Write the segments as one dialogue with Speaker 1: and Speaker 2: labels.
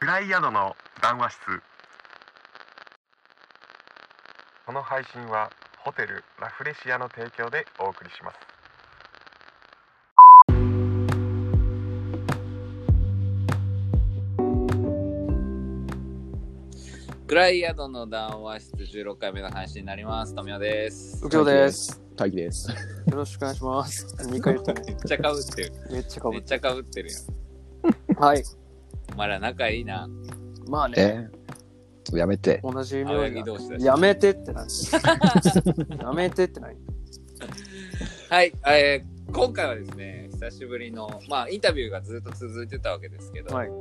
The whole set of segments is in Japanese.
Speaker 1: ライ宿の談話室この配信はホテルラフレシアの提供でお送りします
Speaker 2: 暗い宿の談話室16回目の配信になります。富尾です。
Speaker 3: 右
Speaker 2: め
Speaker 3: 京です。
Speaker 4: 大輝です。
Speaker 3: よろしくお願いします。2回言ったね。
Speaker 2: っちゃかぶってる。
Speaker 3: めっちゃかぶ
Speaker 2: め
Speaker 3: っ
Speaker 2: っちゃかぶってるよ。
Speaker 3: た。はい。
Speaker 2: お前ら仲いいな。
Speaker 3: まあね、
Speaker 4: えちょっとやめて。
Speaker 3: 同じ
Speaker 2: 青
Speaker 3: 名字
Speaker 2: 柳同士だし。
Speaker 3: やめてって何やめてって何
Speaker 2: はい、えー今回はですね、久しぶりの、まあインタビューがずっと続いてたわけですけど、
Speaker 3: はい
Speaker 2: ま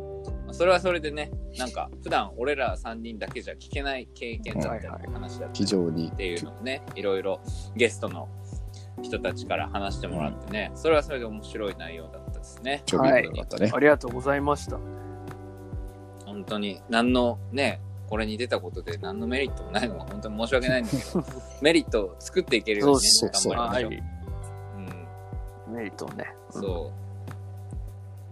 Speaker 2: あそれはそれでね、なんか普段俺ら3人だけじゃ聞けない経験だったり
Speaker 3: はい
Speaker 2: 話だった
Speaker 4: 非
Speaker 2: りっ
Speaker 4: 常に。
Speaker 2: ていうのをね、いろいろゲストの人たちから話してもらってね、それはそれで面白い内容だったですね。
Speaker 4: ちょびっとだったね
Speaker 3: あ。りがとうございました。
Speaker 2: 本当に何のねこれに出たことで何のメリットもないのは本当に申し訳ないんだけどメリットを作っていけるように、ね、
Speaker 4: そうそう
Speaker 2: 頑張りましょう
Speaker 3: メリットをね。
Speaker 2: うん、そう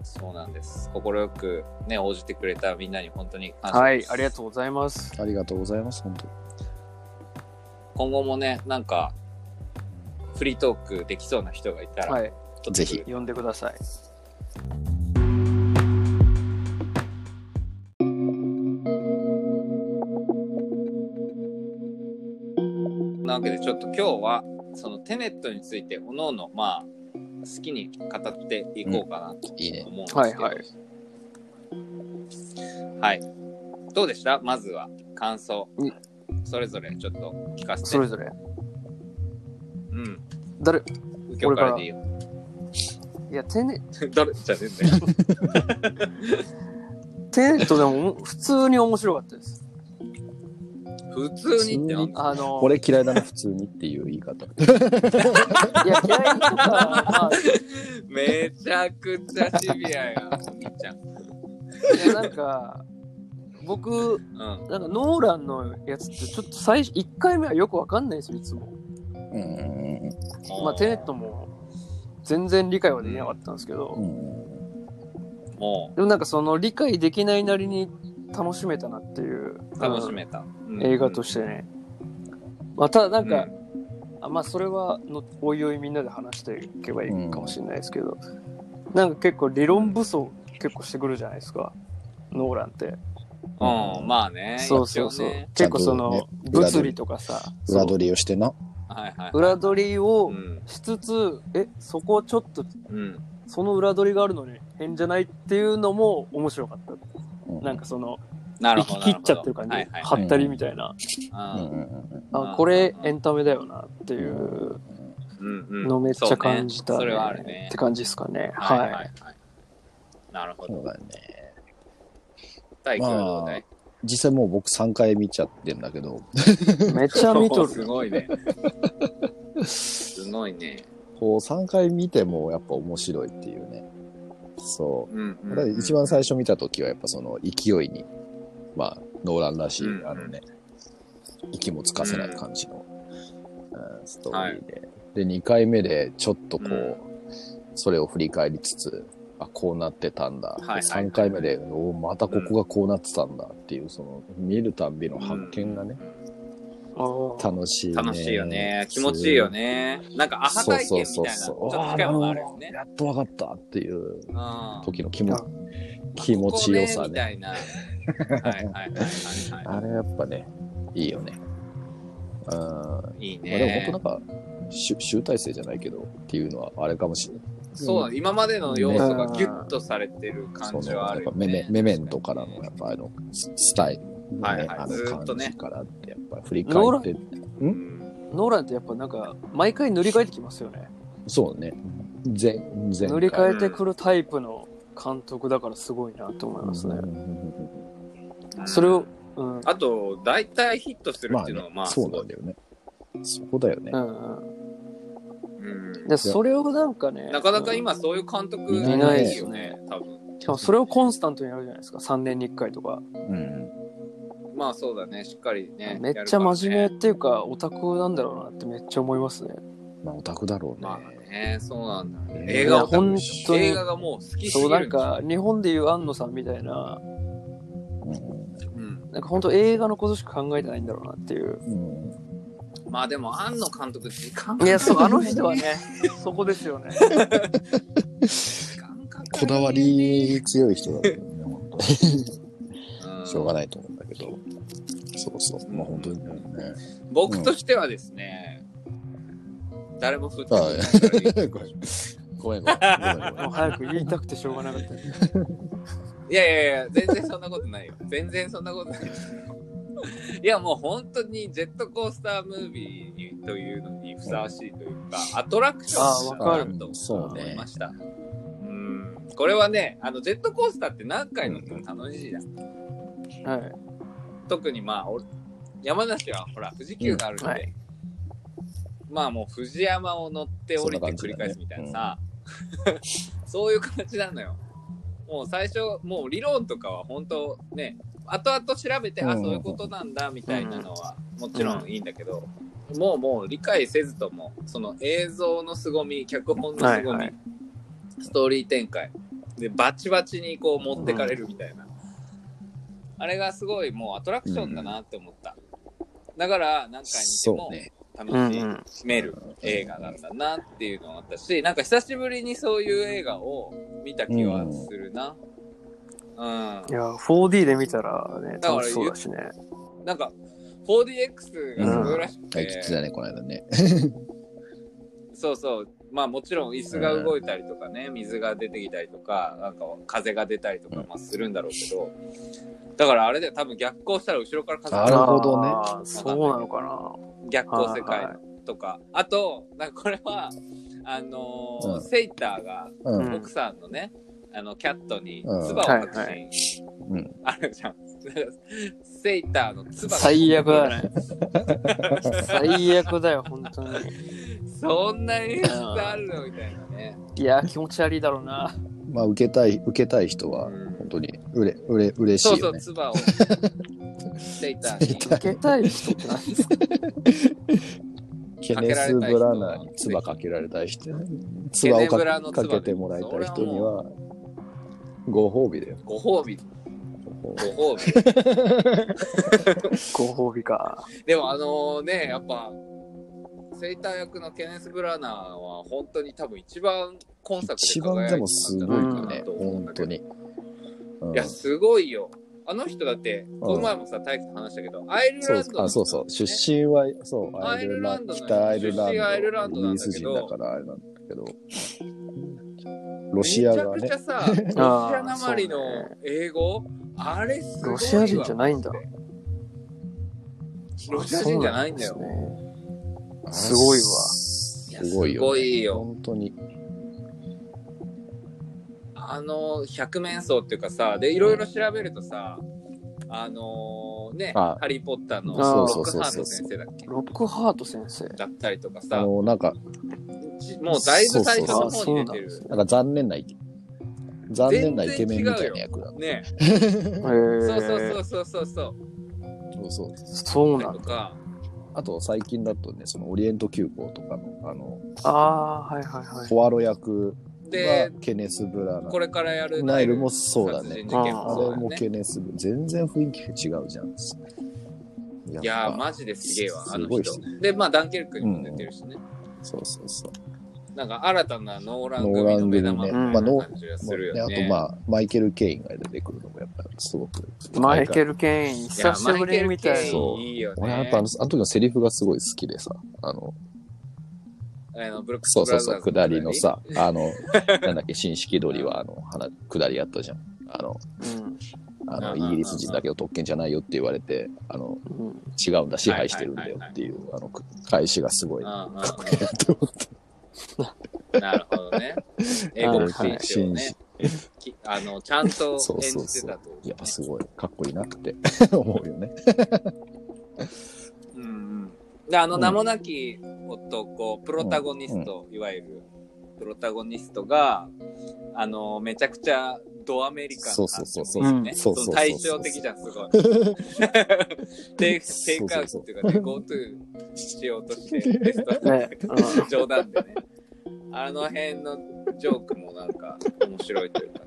Speaker 2: そうなんです快くね応じてくれたみんなに本当に感謝
Speaker 3: は
Speaker 2: で
Speaker 3: い、
Speaker 2: す
Speaker 3: ありがとうございます。
Speaker 4: ありがとうございます、本当。
Speaker 2: 今後もねなんかフリートークできそうな人がいたら、
Speaker 3: はい、
Speaker 2: ちょっと来る
Speaker 4: ぜひ
Speaker 3: 呼んでください。
Speaker 2: なわけでちょっと今日はそのテネットについておのおのまあ好きに語っていこうかなと
Speaker 4: いいね。
Speaker 2: 思うんですけど、
Speaker 3: はいはい。
Speaker 2: はい。どうでしたまずは感想
Speaker 3: うん。
Speaker 2: それぞれちょっと聞かせて。
Speaker 3: それぞれ。
Speaker 2: うん。
Speaker 3: 誰
Speaker 2: 右京からでいいよ。
Speaker 3: いや、テネ
Speaker 2: 誰じゃねえんだよ。
Speaker 3: テネットでも 普通に面白かったです。
Speaker 2: 普通にってなんだ
Speaker 3: あの、
Speaker 4: 俺嫌いだな、普通にっていう言い方。
Speaker 3: いや、嫌いとか、まあ、
Speaker 2: めちゃくちゃシビアやん、お兄ちゃん。
Speaker 3: いやなんか、僕、
Speaker 2: うん。
Speaker 3: なんかノーランのやつってちょっと最初1回目はよくわかんないですよいつも、
Speaker 4: うん。
Speaker 3: まあ、テネットも全然理解はできなかったんですけど、
Speaker 4: うん。
Speaker 2: も
Speaker 3: でもなんかその理解できないなりに楽しめたなっていう
Speaker 2: う楽しめた。。
Speaker 3: うん映画としててね、まあ、ただなんか、
Speaker 2: う
Speaker 3: あまあそれはのおいおいみんなで話していけばいいかもしれないですけど、なんか結構理論武装結構してくるじゃないですかノーランって
Speaker 2: うん、まあね。
Speaker 3: そうそうそう、
Speaker 2: 一応ね
Speaker 3: 結構その、
Speaker 4: ちゃんと
Speaker 3: 物理とかさ
Speaker 4: 裏
Speaker 3: そう
Speaker 4: 取りをしてな。
Speaker 2: はいはい。
Speaker 3: 裏取りを、
Speaker 2: うん。
Speaker 3: しつつ、え、そこちょっと、
Speaker 2: うん。
Speaker 3: その裏取りがあるのに変じゃないっていうのも面白かった。
Speaker 4: うん
Speaker 3: なんかその、
Speaker 2: なる
Speaker 3: 行
Speaker 2: ほど。
Speaker 3: き切っちゃってる感じ。
Speaker 2: は
Speaker 3: はい
Speaker 2: はい
Speaker 4: い
Speaker 3: ったりみたいな。
Speaker 4: うん
Speaker 2: は
Speaker 4: うんうん
Speaker 2: うん
Speaker 3: あ、これエンタメだよなっていう
Speaker 2: い。うんうん。
Speaker 3: のめっちゃ感じた、
Speaker 2: そうねそれはあるね
Speaker 3: って。感じですかね。
Speaker 2: はいは
Speaker 3: はいい。
Speaker 2: はい。なるほ
Speaker 4: そう
Speaker 2: ど。
Speaker 4: だね。
Speaker 2: 大輝はどうだい
Speaker 4: 実際もう僕3回見ちゃってんだけど、
Speaker 3: めっちゃ見と
Speaker 2: す
Speaker 3: る。
Speaker 2: ごいね。すごいね。
Speaker 4: こう3回見てもやっぱ面白いっていうね。そう。
Speaker 2: うん、うん。
Speaker 4: だから一番最初見た時はやっぱその勢いに、まあ、ノーランらしい、
Speaker 2: うん
Speaker 4: あのね、息もつかせない感じの、うんストーリーで、で、2回目でちょっとこう、
Speaker 2: うん
Speaker 4: それを振り返りつつ、あ、こうなってたんだ。
Speaker 2: いはいはい
Speaker 4: 3回目で、おまたここがこうなってたんだっていう、その、見るたんびの発見がね、
Speaker 3: あー
Speaker 4: 楽しいね。
Speaker 2: 楽しいよね。気持ちいいよね。なんかアハ体験みたいな、ちょっと近いものあるよ
Speaker 4: あ
Speaker 2: ね
Speaker 4: ー。やっとわかったっていう
Speaker 2: うんあ
Speaker 4: 時の気も気持ちよさ
Speaker 2: ここねみ
Speaker 4: ね。
Speaker 2: たいな。はいはいはいはいは
Speaker 4: あれやっぱね、いいよね。うん。まあ
Speaker 2: い。いい
Speaker 4: で
Speaker 2: ね。
Speaker 4: も本当なんか、集集大成じゃないけどっていうのはあれかもしれない。
Speaker 2: そう、今までの要素がギュッとされてる
Speaker 4: そ
Speaker 2: 感
Speaker 4: う
Speaker 2: じ
Speaker 4: ね。
Speaker 2: はあ
Speaker 4: や
Speaker 2: る
Speaker 4: っぱ
Speaker 2: よ
Speaker 4: メ
Speaker 2: ね。
Speaker 4: メメメントからのやっぱあの、ススタイル、ね
Speaker 2: はいはい
Speaker 4: あ
Speaker 2: ずーっと
Speaker 4: の感
Speaker 2: ね
Speaker 4: じからって、やっぱ振り返って、
Speaker 2: うん。
Speaker 3: ノーランってやっぱなんか、毎回塗り替えてきますよね。そう
Speaker 4: ね。全、全
Speaker 3: 塗り替えてくるタイプの監督だからすごいなと思いますね。それを、うん。
Speaker 2: あと、大体ヒットする
Speaker 4: ま
Speaker 2: っ
Speaker 4: あ
Speaker 2: てい
Speaker 4: ね
Speaker 2: うのは、まあ、
Speaker 4: そうなんだよね。そこだよね
Speaker 3: う。んうん
Speaker 2: うん
Speaker 3: で、それをなんかね、
Speaker 2: なかなか今そういう監督い
Speaker 4: い
Speaker 2: な
Speaker 4: ないい
Speaker 2: よね、多分。
Speaker 3: しかもそれをコンスタントにやるじゃないですか3年に1回とか
Speaker 4: うん。
Speaker 2: まあそうだね、しっかりね。
Speaker 3: めっちゃ真面目
Speaker 2: や
Speaker 3: っ
Speaker 2: る
Speaker 3: ていうかオタクなんだろうなってめっちゃ思いますね
Speaker 4: まあオタクだろうね。
Speaker 2: からね。まあね。ね、そうなんだ。
Speaker 4: うん
Speaker 2: 映画
Speaker 4: いや
Speaker 2: を
Speaker 4: ほん
Speaker 3: 本当
Speaker 2: 映
Speaker 3: に
Speaker 2: 画がもう好きすぎ
Speaker 3: そ
Speaker 2: る
Speaker 3: うなんか日本でいう安野さんみたいな
Speaker 4: うん
Speaker 2: うん、
Speaker 3: なんか本当映画のことしか考えてないんだろうなっていう
Speaker 4: うん
Speaker 2: まあでも庵野監督時間
Speaker 3: いやそうあの人はね そこですよね
Speaker 2: 時間かかる
Speaker 4: こだわり強い人だったよね、本当に。
Speaker 2: うん
Speaker 4: しょうがないと思うんだけど。そうそう。まあ本当にね。
Speaker 2: 僕としてはですね、誰も振って
Speaker 4: は
Speaker 2: くれない
Speaker 4: い。ごめんごめん。ごめんごめ
Speaker 3: もうん早く言いたくてしょうがなかった
Speaker 2: いやいやいや、全然そんなことないよ。全然そんなことないですよ。いやもう本当にジェットコースタームービーというのにふさわしいというか、アトラクション
Speaker 3: あ
Speaker 2: だ
Speaker 3: わか
Speaker 2: な
Speaker 4: る
Speaker 2: と
Speaker 4: そう
Speaker 2: 思
Speaker 4: ね
Speaker 2: いました。うんこれはね、あのジェットコースターって何回乗っても楽しいじゃん。
Speaker 3: はい
Speaker 2: 特にまあ、お山梨はほら、富士急があるんで、
Speaker 3: うんはい
Speaker 2: まあもう富士山を乗って降りて繰り返すみたいなさ、 そういう感じなのよ。もう最初、もう理論とかは本当ね、後々調べて、あ、
Speaker 4: うん
Speaker 2: そういうことなんだみたいなのはもちろんいいんだけど、もうもう理解せずとも、その映像の凄み、脚本の凄み、
Speaker 3: はいはい
Speaker 2: ストーリー展開、で、バチバチにこう持ってかれるみたいな。あれがすごいもうアトラクションだなって思った。だから何回見て
Speaker 4: そ
Speaker 2: も
Speaker 4: うね。
Speaker 2: 楽しめる映画なんだなっていうのがあったし、なんか久しぶりにそういう映画を見た気はするな。うん。
Speaker 3: いや 4D で見たらね楽しそうだしね
Speaker 2: なんか 4DX がすごいらしく
Speaker 4: は
Speaker 2: て、
Speaker 4: い、言ってたね、この間ね。
Speaker 2: そうそう。まあもちろん椅子が動いたりとかね、水が出てきたりとか、なんか風が出たりとかまあするんだろうけど、だからあれで多分逆行したら後ろから風が
Speaker 4: なるほどね
Speaker 3: あーそうなのかな
Speaker 2: 逆行世界
Speaker 3: はいは
Speaker 2: とか、あとなんかこれはあのー
Speaker 4: うん
Speaker 2: セイターが
Speaker 4: う
Speaker 3: うん
Speaker 4: ん。
Speaker 2: 奥さんのね、あのキャットに
Speaker 4: うん
Speaker 2: 唾を隠し、
Speaker 3: はいは
Speaker 4: うん。
Speaker 2: あるじゃん セイターの唾が
Speaker 3: 最悪だね最悪だよ本当に
Speaker 2: そんな演出あるのみたいなね
Speaker 3: いや気持ち悪いだろう な
Speaker 4: まあ、受けたい、受けたい人は、本当に、うれ、うれ、
Speaker 2: そ
Speaker 4: 嬉し
Speaker 2: う
Speaker 4: い
Speaker 2: そ
Speaker 4: よ
Speaker 2: う
Speaker 4: ね。
Speaker 2: 唾を セイターに
Speaker 3: 受けたい人って何ですか
Speaker 4: ケネス・ブラナーに唾かけられたい人、唾を
Speaker 2: ケネブ
Speaker 4: か
Speaker 2: ラの
Speaker 4: けか
Speaker 2: 唾
Speaker 4: けてもらいたい人には、ご褒美だよ。
Speaker 2: ご褒美
Speaker 4: ご褒美
Speaker 2: ご褒美
Speaker 3: ご褒美か
Speaker 2: でもあのねやっぱセイター役のケネス・ブラナーは本当に多分一番今作で
Speaker 4: 一
Speaker 2: 輝
Speaker 4: 番
Speaker 2: い
Speaker 4: で
Speaker 2: てたん
Speaker 4: も
Speaker 2: じ
Speaker 4: す
Speaker 2: ゃな
Speaker 4: ご
Speaker 2: い
Speaker 4: い
Speaker 2: か
Speaker 4: よ
Speaker 2: な
Speaker 4: ね、
Speaker 2: と思うん
Speaker 4: 本
Speaker 2: だけど
Speaker 4: 当に。うん
Speaker 2: いや、すごいよ。あの人だって、この前もさ、大輝と話したけど、アイル
Speaker 4: そ
Speaker 2: ラ
Speaker 4: うで
Speaker 2: ン
Speaker 4: す
Speaker 2: ド
Speaker 4: あそうそう出身はそうアイルランド北ア
Speaker 2: アイ
Speaker 4: イ
Speaker 2: ル
Speaker 4: ル
Speaker 2: ラ
Speaker 4: ラ
Speaker 2: ンドなの
Speaker 4: ンドイギリス人だからあれなんだけどロシアが
Speaker 2: め
Speaker 4: ね
Speaker 2: ちゃくちゃさ、ロシ
Speaker 3: あ
Speaker 2: ア
Speaker 3: ー
Speaker 2: なまりの英語、あれすごいわ
Speaker 3: ロシア人じゃないんだ
Speaker 2: ロシア人じゃないんだ
Speaker 3: そ
Speaker 2: よ
Speaker 3: う。なんですねすごいわ
Speaker 4: すごいよ、
Speaker 2: すごいよ
Speaker 4: 本当に
Speaker 2: あの、百面相っていうかさ、で、いろいろ調べるとさ、あのーね、
Speaker 4: あ
Speaker 2: ハリー・ポッターの
Speaker 3: あー
Speaker 2: ロックハート先生だっけ
Speaker 3: ロックハート先生
Speaker 2: だったりとか
Speaker 4: あ
Speaker 2: さ、
Speaker 4: のなんか
Speaker 2: もうだいぶ最初の
Speaker 3: あ
Speaker 2: 方
Speaker 3: そうな
Speaker 2: に出
Speaker 3: ん
Speaker 2: て
Speaker 3: で
Speaker 2: る
Speaker 3: す。ね
Speaker 4: なんか残念なイケ残念なイケメンみたいな役だ
Speaker 2: ね、
Speaker 3: へえ
Speaker 2: そうそうそうそうそうそう。
Speaker 4: そうそう
Speaker 3: そうなん
Speaker 2: とか、
Speaker 4: あと最近だとねそのオリエント急行とかのあの
Speaker 3: ああーはいはいはい
Speaker 4: ポアロ役
Speaker 2: で
Speaker 4: が、ケネス・ブラナ
Speaker 2: これからやる
Speaker 4: ナイルもそうだ
Speaker 2: 殺
Speaker 4: ね
Speaker 2: 人事件
Speaker 3: あ
Speaker 2: も
Speaker 4: あ
Speaker 2: そう
Speaker 4: れ
Speaker 2: だよ
Speaker 4: も
Speaker 2: ね
Speaker 4: ケネス・ブ全然雰囲気違うじゃんやっぱ
Speaker 2: いやー、マジですげえわ、あの
Speaker 4: すごいっ
Speaker 2: 人
Speaker 4: す。
Speaker 2: で、まあ、ダンケルクにも出てるしね。
Speaker 4: そうそうそう
Speaker 2: なんか、新たなノーラン
Speaker 4: ノーラン
Speaker 2: 組
Speaker 4: 組ね
Speaker 2: の目玉
Speaker 3: うん
Speaker 2: みたいな感じがする
Speaker 4: ね
Speaker 2: よ
Speaker 4: あと
Speaker 2: ね。
Speaker 4: まあマイケル・ケインが出てくるのもやっぱりすごく
Speaker 3: マイケル・ケイン
Speaker 2: いや
Speaker 3: 久しぶりに見た
Speaker 2: マイケルケイン
Speaker 3: い
Speaker 4: そう
Speaker 2: いいよ
Speaker 4: 俺はやっぱあ
Speaker 2: ね
Speaker 4: の。あの時のセリフがすごい好きでさあの
Speaker 2: あのブロックス
Speaker 4: そう
Speaker 2: ブ
Speaker 4: そ
Speaker 2: ラ
Speaker 4: う
Speaker 2: ザ
Speaker 4: そ
Speaker 2: ー
Speaker 4: う
Speaker 2: ズ
Speaker 4: 下りのさあの なんだっけ新式鳥はあの花下りやったじゃんあの
Speaker 3: うん
Speaker 4: あ
Speaker 2: う
Speaker 4: の
Speaker 2: んうんうんうん
Speaker 4: イギリス人だけど特権じゃないよって言われてあの
Speaker 3: うん
Speaker 4: 違うんだ支配してるんだよっていうあの返しがすごい
Speaker 2: うん
Speaker 4: か
Speaker 2: うんうん
Speaker 4: っこいいなと思って
Speaker 2: なるほどね。英語も紳士をね、き あの、ちゃんと
Speaker 4: そう
Speaker 2: 演
Speaker 4: そう
Speaker 2: じて
Speaker 4: そ
Speaker 2: た
Speaker 4: う
Speaker 2: と。
Speaker 4: やっぱすごいかっこいいなって 思うよね
Speaker 2: うんうんであの名もなき男、プロタゴニスト、いわゆるプロタゴニストがあのめちゃくちゃドアメリカンな
Speaker 4: そうそうそうそう
Speaker 2: 感じです
Speaker 4: そ
Speaker 2: ねそ
Speaker 4: うそうそうそう
Speaker 2: の対照的じゃんす ごいテイクテイクアウトっていうかね GoTo しようとしてベスト
Speaker 3: ね、うん
Speaker 2: 冗談でねあの辺のジョークもなんか面白いというか、ね、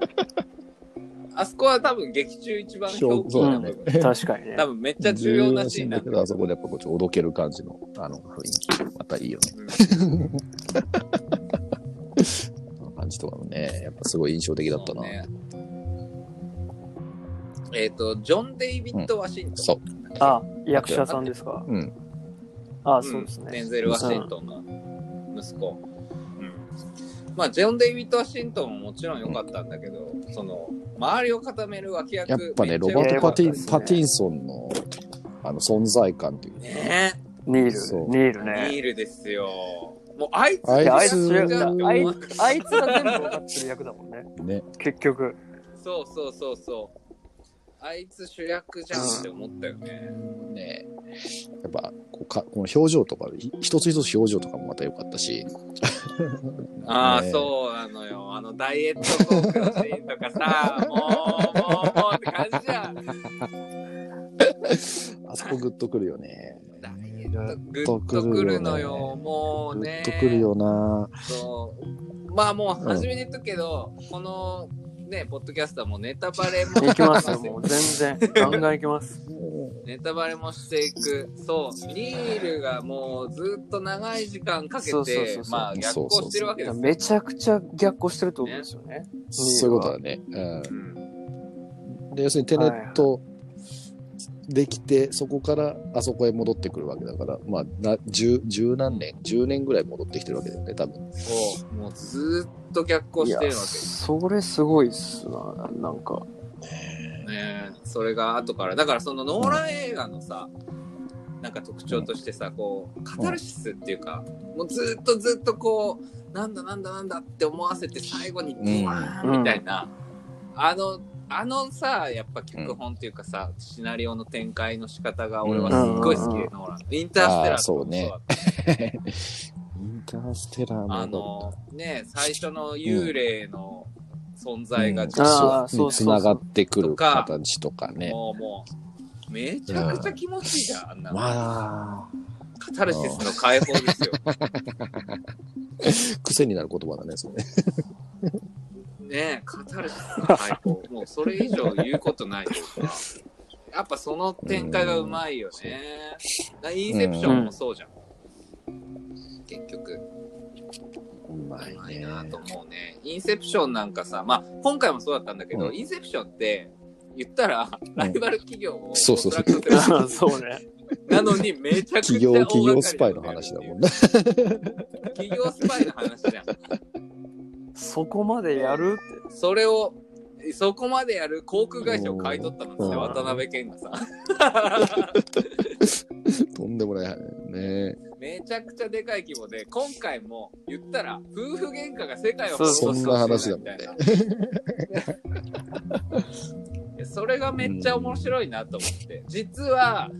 Speaker 2: あそこは多分劇中一番
Speaker 4: そう
Speaker 2: 表記
Speaker 4: そう
Speaker 2: な
Speaker 4: だ
Speaker 2: んだ
Speaker 4: ね
Speaker 2: よ。
Speaker 3: 確かにね
Speaker 2: 多。分めっちゃ重要なシーンなんだ
Speaker 4: だけ
Speaker 2: け
Speaker 4: ど、
Speaker 2: ど
Speaker 4: あそこでやっぱこっちおどける感じの、あの雰囲気、またいいよね。あの感じとかもね、やっぱすごい印象的だったな。
Speaker 2: そうねえっ、と、ジョン・デイビッド・ワシント
Speaker 4: そ
Speaker 2: ン。
Speaker 4: う,、
Speaker 3: あ、役者さんですか。
Speaker 4: うん。
Speaker 3: あ、
Speaker 2: ん
Speaker 3: そうです
Speaker 2: デ
Speaker 3: ね
Speaker 2: ン。ゼル・ワシントンの息子。うん。まあ、ジョン・デイビッド・ワシントンももちろん良かったんだけど、その、周りを固める脇役
Speaker 4: やっぱね、ロ
Speaker 2: めち
Speaker 4: バ
Speaker 2: ゃ
Speaker 4: ー
Speaker 2: 良か
Speaker 4: ト・パ
Speaker 2: った
Speaker 4: ティ
Speaker 2: で
Speaker 4: ン,、
Speaker 2: す
Speaker 4: パティンソンのあの存在感というか、
Speaker 2: ね
Speaker 3: ニール
Speaker 4: そう、
Speaker 3: ニー
Speaker 2: え、
Speaker 3: ル
Speaker 2: ニ
Speaker 3: ね。
Speaker 2: ールですよ。もう、あいつ
Speaker 4: あい
Speaker 3: い
Speaker 4: ル
Speaker 3: やあい
Speaker 4: つ
Speaker 2: つがっ
Speaker 3: つが
Speaker 2: て思
Speaker 3: あい
Speaker 2: わ
Speaker 3: あいつが全部分かってる役だもんね。
Speaker 4: ね、
Speaker 3: 結局。
Speaker 2: そうそうそうそう。あいつ主役じゃんって思ったよね。
Speaker 4: ねやっぱこうかこの表情とか、ひ一つ一つ表情とかもまた良かったし、
Speaker 2: ああ、
Speaker 4: ね
Speaker 2: そうなのよ。あのダイエットトークのシーンとかさ、もう、もう、もうって感じじゃん。
Speaker 4: あそこグッとくるよね。
Speaker 2: ダイエ
Speaker 4: グ
Speaker 2: ッ
Speaker 4: ッ
Speaker 2: トグッとくるのよ、もうね。
Speaker 4: とくるよな。
Speaker 2: そう。まあもう、初めに言っとくけど、この、ね、ポッドキャスターもネタバレも
Speaker 3: いきますよ、もう 全然。ガンガンいきます。
Speaker 2: ネタバレもしていく。そう。ニールがもうずっと長い時間かけ
Speaker 3: そうそうそ
Speaker 2: て
Speaker 3: う、そう
Speaker 2: まあ逆行してるわけですよ。
Speaker 3: めちゃくちゃ逆行してるってことですよね。
Speaker 4: そういうことだね。うん
Speaker 2: うん
Speaker 4: で要するにテネットできてそこからあそこへ戻ってくるわけだからまあな十十何年10年ぐらい戻ってきてるわけだよね多分
Speaker 2: そう。もうずっと逆行
Speaker 3: い
Speaker 2: して
Speaker 3: や
Speaker 2: るわけです
Speaker 3: それすごいっすな、なん か。
Speaker 2: ね。それが後から。だからそのノーラン映画のさ、なんか特徴としてさ、こう、カタルシスっていうか、もうずっとずっとこう、なんだなんだなんだって思わせて最後にドワーンみたいな、あの、あのさ、やっぱ脚本っていうかさ、シナリオの展開の仕方が俺はすっごい好きで、
Speaker 3: う
Speaker 2: ノーラン。インターステラーとかもだったし
Speaker 4: インターステラーも
Speaker 2: あのね最初の幽霊の存在が、
Speaker 4: うん
Speaker 2: ちょっ
Speaker 3: あー
Speaker 4: そう
Speaker 3: そうそうそう
Speaker 4: に繋がってく
Speaker 2: と
Speaker 4: る
Speaker 2: か
Speaker 4: 形とか
Speaker 2: と
Speaker 4: ね
Speaker 2: もうもうめちゃくちゃ気持ちいいじゃん、あんなの
Speaker 4: まあ
Speaker 2: カタルシスの解放ですよ。
Speaker 4: 癖になる言葉だねそれね
Speaker 2: ねカタルシスの解放もうそれ以上言うことないというかやっぱその展開がうまいよね。だからインセプションもそうじゃん。結局、
Speaker 4: うま
Speaker 2: う
Speaker 4: い
Speaker 2: まい
Speaker 4: ね
Speaker 2: なと思うね。インセプションなんかさ、まあ今回もそうだったんだけど、
Speaker 4: うん
Speaker 2: インセプションって言ったら、ライバル企業をコン
Speaker 4: そうそう
Speaker 2: ト
Speaker 4: そう
Speaker 2: ラクトする
Speaker 3: そうね。
Speaker 2: なのにめちゃくちゃ
Speaker 4: 企業企業スパイの話だもんね。
Speaker 2: 企業スパイの話じゃん。
Speaker 3: そこまでやる
Speaker 2: それを、そこまでやる航空会社を買い取ったのですね、
Speaker 4: うん
Speaker 2: 渡辺謙がさ。
Speaker 4: とんでもないね
Speaker 2: めちゃくちゃでかい規模で、今回も言ったら、夫婦喧嘩が世界を
Speaker 3: そうそう
Speaker 4: そんな話だもんね
Speaker 2: 滅ぼすかもし れないみたいなそれがめっちゃ面白いなと思って、実は、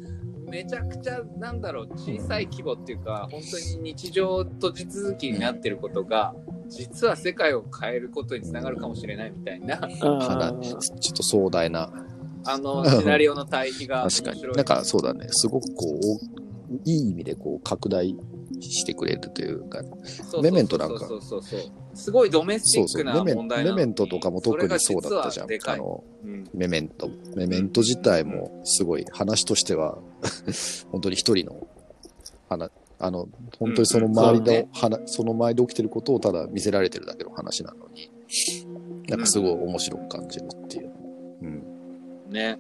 Speaker 2: めちゃくちゃ、なんだろう、小さい規模っていうか、本当に日常と地続きになってることが、実は世界を変えることにつながるかもしれないみたいな、
Speaker 3: って。うん
Speaker 4: 花ちょっと壮大な
Speaker 2: あの、シナリオの対比が面
Speaker 4: 確
Speaker 2: 白
Speaker 4: か
Speaker 2: い。
Speaker 4: になんかそうだねすごくこういい意味でこう拡大してくれるというか、メメントなんか
Speaker 2: そうそうそうそうすごいドメスティ
Speaker 4: そ
Speaker 2: ック
Speaker 4: うそう、
Speaker 2: な
Speaker 4: メメン
Speaker 2: 問題なの
Speaker 4: メ
Speaker 2: に
Speaker 4: メントとかも特にそうだったじゃ
Speaker 2: れが実はでか
Speaker 4: ん。あ
Speaker 2: い
Speaker 4: の、
Speaker 2: うん
Speaker 4: メメント。メメント自体もすごい話としては、 本当に一人の話、あの、本当にその周り
Speaker 3: うん
Speaker 4: の話、その周りで起きてることをただ見せられてるだけの話なのに、なんかすごい面白く感じるっていう。うん。
Speaker 2: ね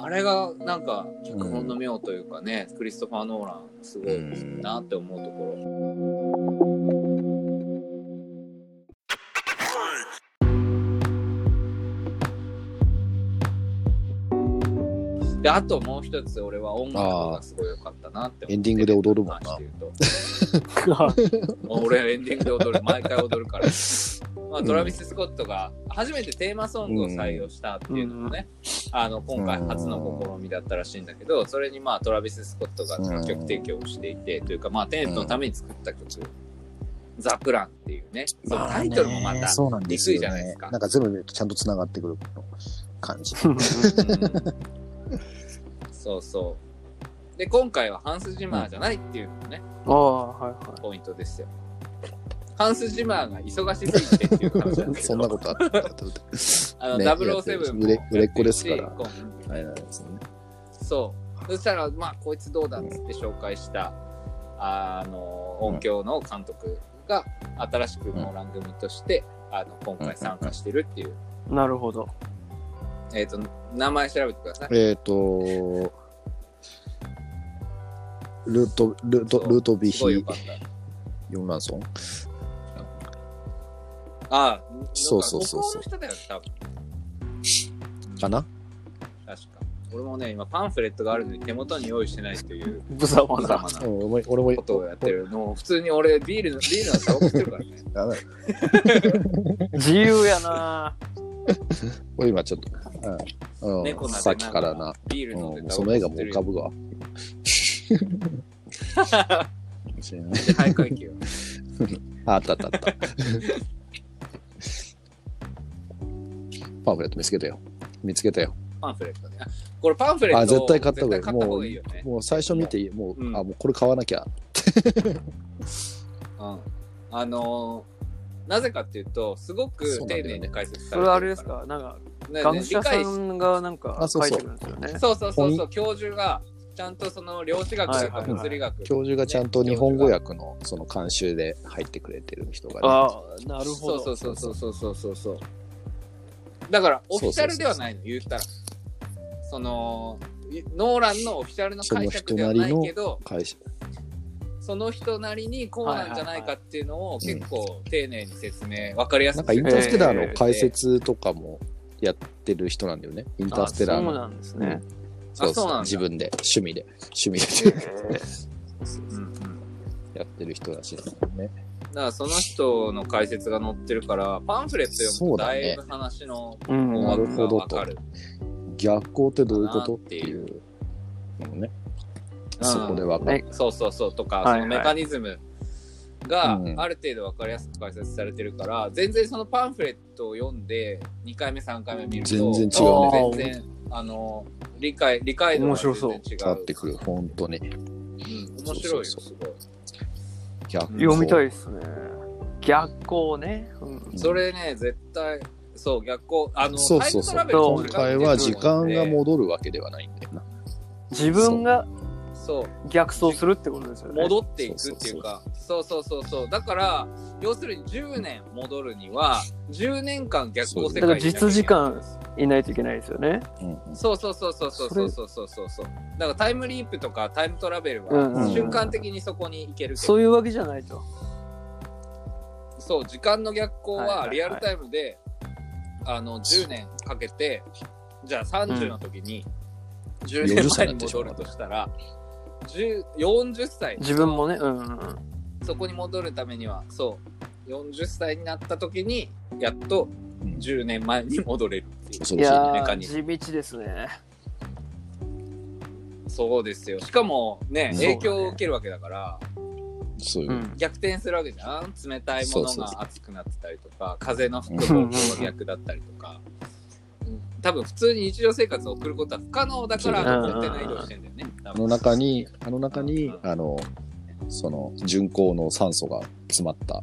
Speaker 2: あれがなんか脚本の妙というかね、クリストファー・ノーランすごいなって思うところ、であともう一つ俺は音楽がすごい良かったなって思って
Speaker 4: エンディングで踊るもんな
Speaker 2: 話で言うと俺エンディングで踊る毎回踊るから、まあ、トラビス・スコットが初めてテーマソングを採用したっていうのもね、あの今回初の試みだったらしいんだけどそれにまあトラビス・スコットが楽曲提供をしていてというかまあテントのために作った曲「ザ・プラン」っていうねそのタイトルもまた、
Speaker 4: そうなんですよ
Speaker 2: びっくりじゃないですか
Speaker 4: なんか全部見るとちゃんと繋がってくる感じ。
Speaker 2: うんそうそうで今回はハンス・ジマーじゃないっていうのもね
Speaker 3: ああ、はいは
Speaker 2: ポイントですよハンス・ジマーが忙しすぎてっていう話なんですけど
Speaker 4: そんなことあったら、
Speaker 2: あの、
Speaker 4: ね
Speaker 2: 007も
Speaker 4: 売れ売れっ子ですから
Speaker 2: やってるし
Speaker 4: はいはいですね。
Speaker 2: そう。そしたら、まあ、こいつどうだっつって紹介した、あの、音響の監督が、新しくの番組として、あの、今回参加してるっていう。
Speaker 3: なるほど。
Speaker 2: えっ、と、名前調べてください。
Speaker 4: えっ、と、ルート、ルート、ルートビ
Speaker 2: す
Speaker 4: ヒ
Speaker 2: ごいよかった。
Speaker 4: ヨンランソン。
Speaker 2: ああ、
Speaker 4: そうそうそうそう
Speaker 2: 北欧の人だよ、多分。
Speaker 4: かな
Speaker 2: 確か。俺もね、今パンフレットがあるのに手元に用意してないという、
Speaker 3: ブザマ
Speaker 2: まだ
Speaker 3: だ。
Speaker 2: ま
Speaker 4: う、
Speaker 2: なん
Speaker 4: 俺も、俺
Speaker 2: こ
Speaker 4: も、
Speaker 2: とをやってるのを、普通に俺、ビールの、ビールのタバコ吸ってるからね。
Speaker 4: ダメだ
Speaker 3: 自由やな
Speaker 4: 俺今ちょっと、 うんうん、
Speaker 2: 猫な
Speaker 4: さっきからな、。
Speaker 2: ビール飲ん
Speaker 4: う
Speaker 2: でタ
Speaker 4: ん、
Speaker 2: バ
Speaker 4: そ
Speaker 2: コ
Speaker 4: の映画
Speaker 2: 吸っ
Speaker 4: も
Speaker 2: てる
Speaker 4: 浮
Speaker 2: よ
Speaker 4: か ぶわ。
Speaker 2: はい階級。
Speaker 4: ああったあったあった。パンフレット見つけたよ。見つけたよ。
Speaker 2: パンフレットね。あこれパンフレット
Speaker 4: あ絶対買った方がいい
Speaker 2: 絶対買った方がいいよね。
Speaker 4: もう最初見ていい、もう、
Speaker 2: うん
Speaker 4: あ、もうこれ買わなきゃ。
Speaker 2: うん。あのーなぜかっていうと、すごく丁寧に解説さ
Speaker 3: そ
Speaker 2: れてる
Speaker 3: れあれですかなんか、
Speaker 2: ね
Speaker 3: 学
Speaker 2: ね
Speaker 3: 者さんがなんか
Speaker 4: あそう
Speaker 3: 書い
Speaker 4: そう
Speaker 3: てるんですよね。
Speaker 2: そうそうそうそう、教授が、ちゃんとその量子学とか
Speaker 3: はい
Speaker 2: 物理学、
Speaker 4: 教授がちゃんと日本語訳のその監修で入ってくれてる人が、ね、
Speaker 3: ああ、なるほ
Speaker 2: そ
Speaker 3: ど。
Speaker 2: うそうそうそうそうそうそうそう。だから、オフィシャルではないの、言ったら。その、いノーランのオフィシャルの解釈ではないけど、
Speaker 4: 会社
Speaker 2: その人なりにこうなんじゃないかっていうのを結構丁寧に説明、わかりやす
Speaker 4: な
Speaker 2: く
Speaker 4: んかインターステラー
Speaker 3: え
Speaker 4: の
Speaker 3: ー
Speaker 4: 解説とかもやってる人なんだよね。インターステラー
Speaker 3: あそう
Speaker 4: の。
Speaker 3: なんですね。
Speaker 4: そう
Speaker 2: あそうなん
Speaker 4: そう
Speaker 2: だ
Speaker 4: 自分で、趣味で、趣味で
Speaker 2: うんうん、だか
Speaker 4: やってる人らしいですよね。
Speaker 2: らその人の解説が載ってるからパンフレット読むとだいぶ話の
Speaker 3: う
Speaker 2: 大
Speaker 3: ん。
Speaker 4: なる
Speaker 2: 枠
Speaker 4: ほ
Speaker 2: が
Speaker 4: ど
Speaker 2: わかる。
Speaker 4: 逆光ってどういうこと
Speaker 2: かなっ
Speaker 4: ってて
Speaker 2: い
Speaker 4: いううのね。
Speaker 2: うん
Speaker 4: そこでわかる。
Speaker 2: そうそうそうとか、
Speaker 3: はいはい
Speaker 2: そのメカニズムが
Speaker 4: うん
Speaker 2: ある程度わかりやすく解説されてるから、全然そのパンフレットを読んで2回目3回目見ると
Speaker 4: 全然違うね
Speaker 2: 全然あの理解理解度が全然違う
Speaker 4: 変わってくる、本当に。
Speaker 2: うん、面白いよす
Speaker 4: そう
Speaker 2: ごい。
Speaker 4: 逆光
Speaker 3: 読みたいですね。逆光ね。うん
Speaker 2: それね、絶対、そう、逆行、あの、
Speaker 4: そうそうそう
Speaker 2: タイムトラベル
Speaker 4: 今回は時間が戻るわけではないんだよな。
Speaker 3: 自分が
Speaker 2: そう、
Speaker 3: 逆走するってことですよね。
Speaker 2: 戻っていくっていうか、そうそうそうそう。だから、要するに10年戻るには、10年間逆行世界に
Speaker 3: だから
Speaker 2: いなきゃいけない
Speaker 3: 実時。間いないといけないですよね。
Speaker 4: うんうん
Speaker 2: そうそうそうそうそうそうそうそうそうそう。だからタイムリープとかタイムトラベル
Speaker 3: うんうん
Speaker 4: う
Speaker 2: は
Speaker 4: ん
Speaker 2: 瞬間的にそこに行けるけど、
Speaker 3: そういうわけじゃないと。
Speaker 2: そう時間の逆行
Speaker 3: はいはい
Speaker 2: は
Speaker 3: はい
Speaker 2: リアルタイムで、あの10年かけてじゃあ30の時に10年前に戻るとしたら10 40歳
Speaker 3: 自分もね。うんうんうん。
Speaker 2: そこに戻るためにはそう40歳になった時にやっと
Speaker 4: うん
Speaker 2: 10年前に戻れるっていう
Speaker 4: 恐
Speaker 3: い
Speaker 4: ろしいね
Speaker 3: や
Speaker 2: メカ
Speaker 3: ー、
Speaker 2: ニズ
Speaker 3: 地道ですね。。
Speaker 2: そうですよしかもね
Speaker 4: そうだ
Speaker 2: 影
Speaker 4: ね
Speaker 2: 響を受けるわけだから
Speaker 4: そういううん
Speaker 2: 逆転するわけじゃん冷たいもの
Speaker 4: そうそうそ
Speaker 2: が熱くなってたりとか風の吹く方向が逆だったりとか多分普通に日常生活を送ることは不可能だから
Speaker 3: そう
Speaker 2: コンテナ移動してんだよね多
Speaker 4: あ
Speaker 2: 分
Speaker 4: の中に、あの中に
Speaker 2: う、ん
Speaker 4: あの、その巡航の酸素が詰まった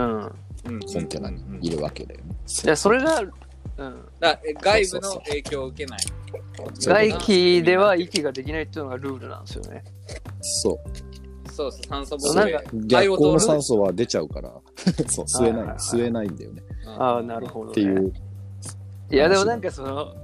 Speaker 3: うん。
Speaker 2: うん
Speaker 4: コンテナにいるわけで。
Speaker 3: いや、それが、うん。
Speaker 2: だからえ外部の影響を受けない
Speaker 3: 外気では息ができないっていうのがルールなんですよね。
Speaker 4: そ
Speaker 2: そうそう酸素
Speaker 3: そう
Speaker 2: ボ
Speaker 3: な
Speaker 2: ン
Speaker 3: ん
Speaker 2: ベ
Speaker 3: か
Speaker 4: う。逆光の酸素は出ちゃうから、 そう、吸
Speaker 3: は
Speaker 4: えない
Speaker 3: いはいはい、
Speaker 4: 吸えないんだよね。
Speaker 2: うん
Speaker 3: ああ、なるほど、ね。
Speaker 4: っていう。
Speaker 3: いや、でもなんかその、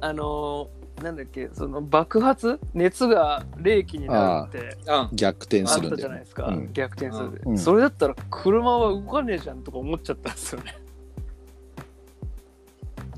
Speaker 3: あのー、なんだっけ、その爆発熱が冷気になるって
Speaker 2: うん
Speaker 4: 逆転
Speaker 3: あ
Speaker 4: す
Speaker 3: っ
Speaker 4: るん
Speaker 3: た
Speaker 4: だ
Speaker 3: じゃ
Speaker 4: よ
Speaker 3: ない
Speaker 4: ね。
Speaker 3: ですか、
Speaker 4: うん
Speaker 3: 逆転するで、
Speaker 4: うん
Speaker 3: それだったら車は動かねえじゃんとか思っちゃったんですよね。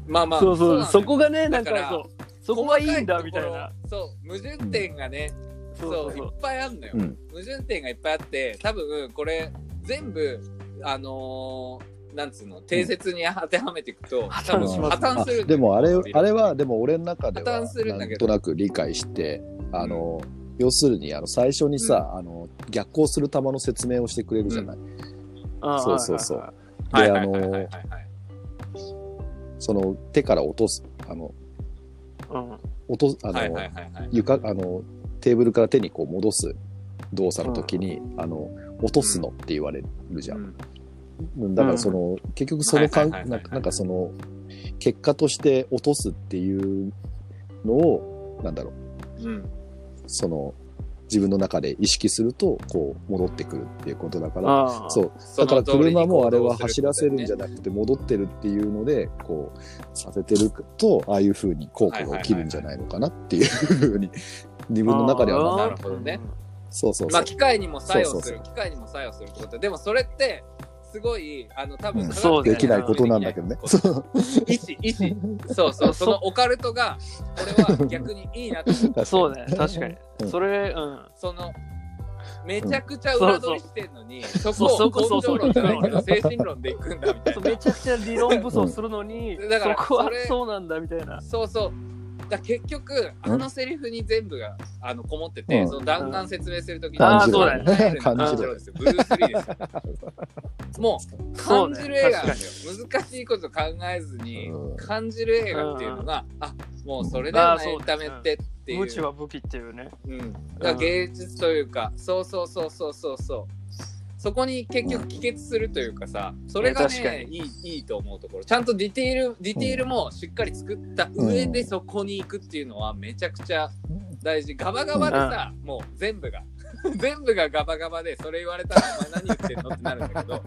Speaker 2: まあまあ
Speaker 3: そうそう、
Speaker 2: なのよ
Speaker 3: そこがね、なん
Speaker 2: だ
Speaker 3: か
Speaker 2: ら
Speaker 3: そう、そこがいいんだみたいな。
Speaker 2: そう矛盾点がね
Speaker 3: そう
Speaker 2: そ
Speaker 3: そううそう
Speaker 2: いっぱいあんのよ、
Speaker 4: うん
Speaker 2: 矛盾点がいっぱいあって多分これ全部あのーなんつうの定説に当てはめていくと、多分
Speaker 3: 綻し
Speaker 2: 破
Speaker 3: ま
Speaker 2: 綻
Speaker 3: す
Speaker 2: するんだよ
Speaker 4: でもあれ、あれは、でも俺の中で
Speaker 2: 破
Speaker 4: は
Speaker 2: 綻するんだ
Speaker 4: な
Speaker 2: け
Speaker 4: ん
Speaker 2: ど
Speaker 4: となく理解して、あの、要するに、あの、最初にさ、あの、逆行する球の説明をしてくれるじゃない。
Speaker 3: あー
Speaker 4: そうそうそう
Speaker 3: はいは
Speaker 2: は
Speaker 3: い
Speaker 2: いは
Speaker 4: で、あ
Speaker 2: いはいはいは
Speaker 4: の、
Speaker 2: い
Speaker 4: その、手から落とす、あの、
Speaker 3: はいうん
Speaker 4: 落とす、あ
Speaker 2: はい
Speaker 4: の
Speaker 2: は、いはいはい
Speaker 4: 床あのテーブルから手にこう戻す動作の時に、あの落とすのって言われるじゃ。
Speaker 2: うんん
Speaker 4: だからその、結局そのかん、
Speaker 2: はいはいはい
Speaker 4: な
Speaker 2: は
Speaker 4: ん
Speaker 2: い
Speaker 4: かなんかその、結果として落とすっていうのを、なんだろう、
Speaker 2: うん
Speaker 4: その、自分の中で意識すると、こう、戻ってくるっていうことだから、
Speaker 3: ああ。
Speaker 4: そう、
Speaker 2: そ
Speaker 4: だ
Speaker 2: の
Speaker 4: から
Speaker 2: 通りに
Speaker 4: 車もあれは
Speaker 2: 行動す
Speaker 4: 走らせるんじゃ
Speaker 2: る
Speaker 4: なくて戻ってるっていうのでこうさせてるとああいうふうに効果が起きるんじゃないのかなっていうふうに自分の中では
Speaker 2: あ
Speaker 4: な
Speaker 2: ーなるほどね
Speaker 4: そうそう
Speaker 2: ま
Speaker 4: そ
Speaker 2: あ
Speaker 4: う
Speaker 2: 機械にも作用する
Speaker 4: そうそう
Speaker 2: 機械にも作用するってことでもそれってすごいあの多
Speaker 4: う
Speaker 2: 分
Speaker 4: ん
Speaker 2: 科学
Speaker 4: で
Speaker 2: 的
Speaker 4: き
Speaker 2: な
Speaker 4: ないことなんだけどね
Speaker 2: こと
Speaker 4: そう
Speaker 2: 意志意志そうそうそのオカルトが俺は逆にいいなと思って
Speaker 3: そうね、確かに
Speaker 4: う。ん
Speaker 3: それ、うん。
Speaker 2: そのめちゃくちゃ裏取りしてんのに、そこ
Speaker 3: そ
Speaker 2: を根
Speaker 3: こそこ
Speaker 2: 性論じゃないけど精神論でいくんだみたい
Speaker 3: そうめ
Speaker 2: な
Speaker 3: ちゃくちゃ理論武装するのに、
Speaker 2: うんだから
Speaker 3: そこは
Speaker 2: それ
Speaker 3: そうなんだみたいな。
Speaker 2: そうそうだから結局
Speaker 4: うん
Speaker 2: あのセリフに全部があのこもってて、
Speaker 4: うん
Speaker 2: そのだんだん説明するときに
Speaker 3: あーそうだよ
Speaker 4: ね
Speaker 2: 感じるですよブルース・リーですよもう
Speaker 3: そう
Speaker 2: 感
Speaker 3: ね
Speaker 2: じる映画なんですよ、難しいこと考えずに
Speaker 4: うん
Speaker 2: 感じる映画っていうのが、あもうそれではないためてっていう
Speaker 3: 無知は武器ってい うね。
Speaker 2: うん、だから芸術というか、そうそうそうそうそうそうそこに結局帰結するというかさそれが
Speaker 3: いや確か
Speaker 2: ねいいいいと思うところちゃんとディテールディテールもしっかり作った上でそこに行くっていうのはめちゃくちゃ大事ガバガバでさ、もう全部が 全部がガバガバでそれ言われたらお前何言ってんのってなるんだけど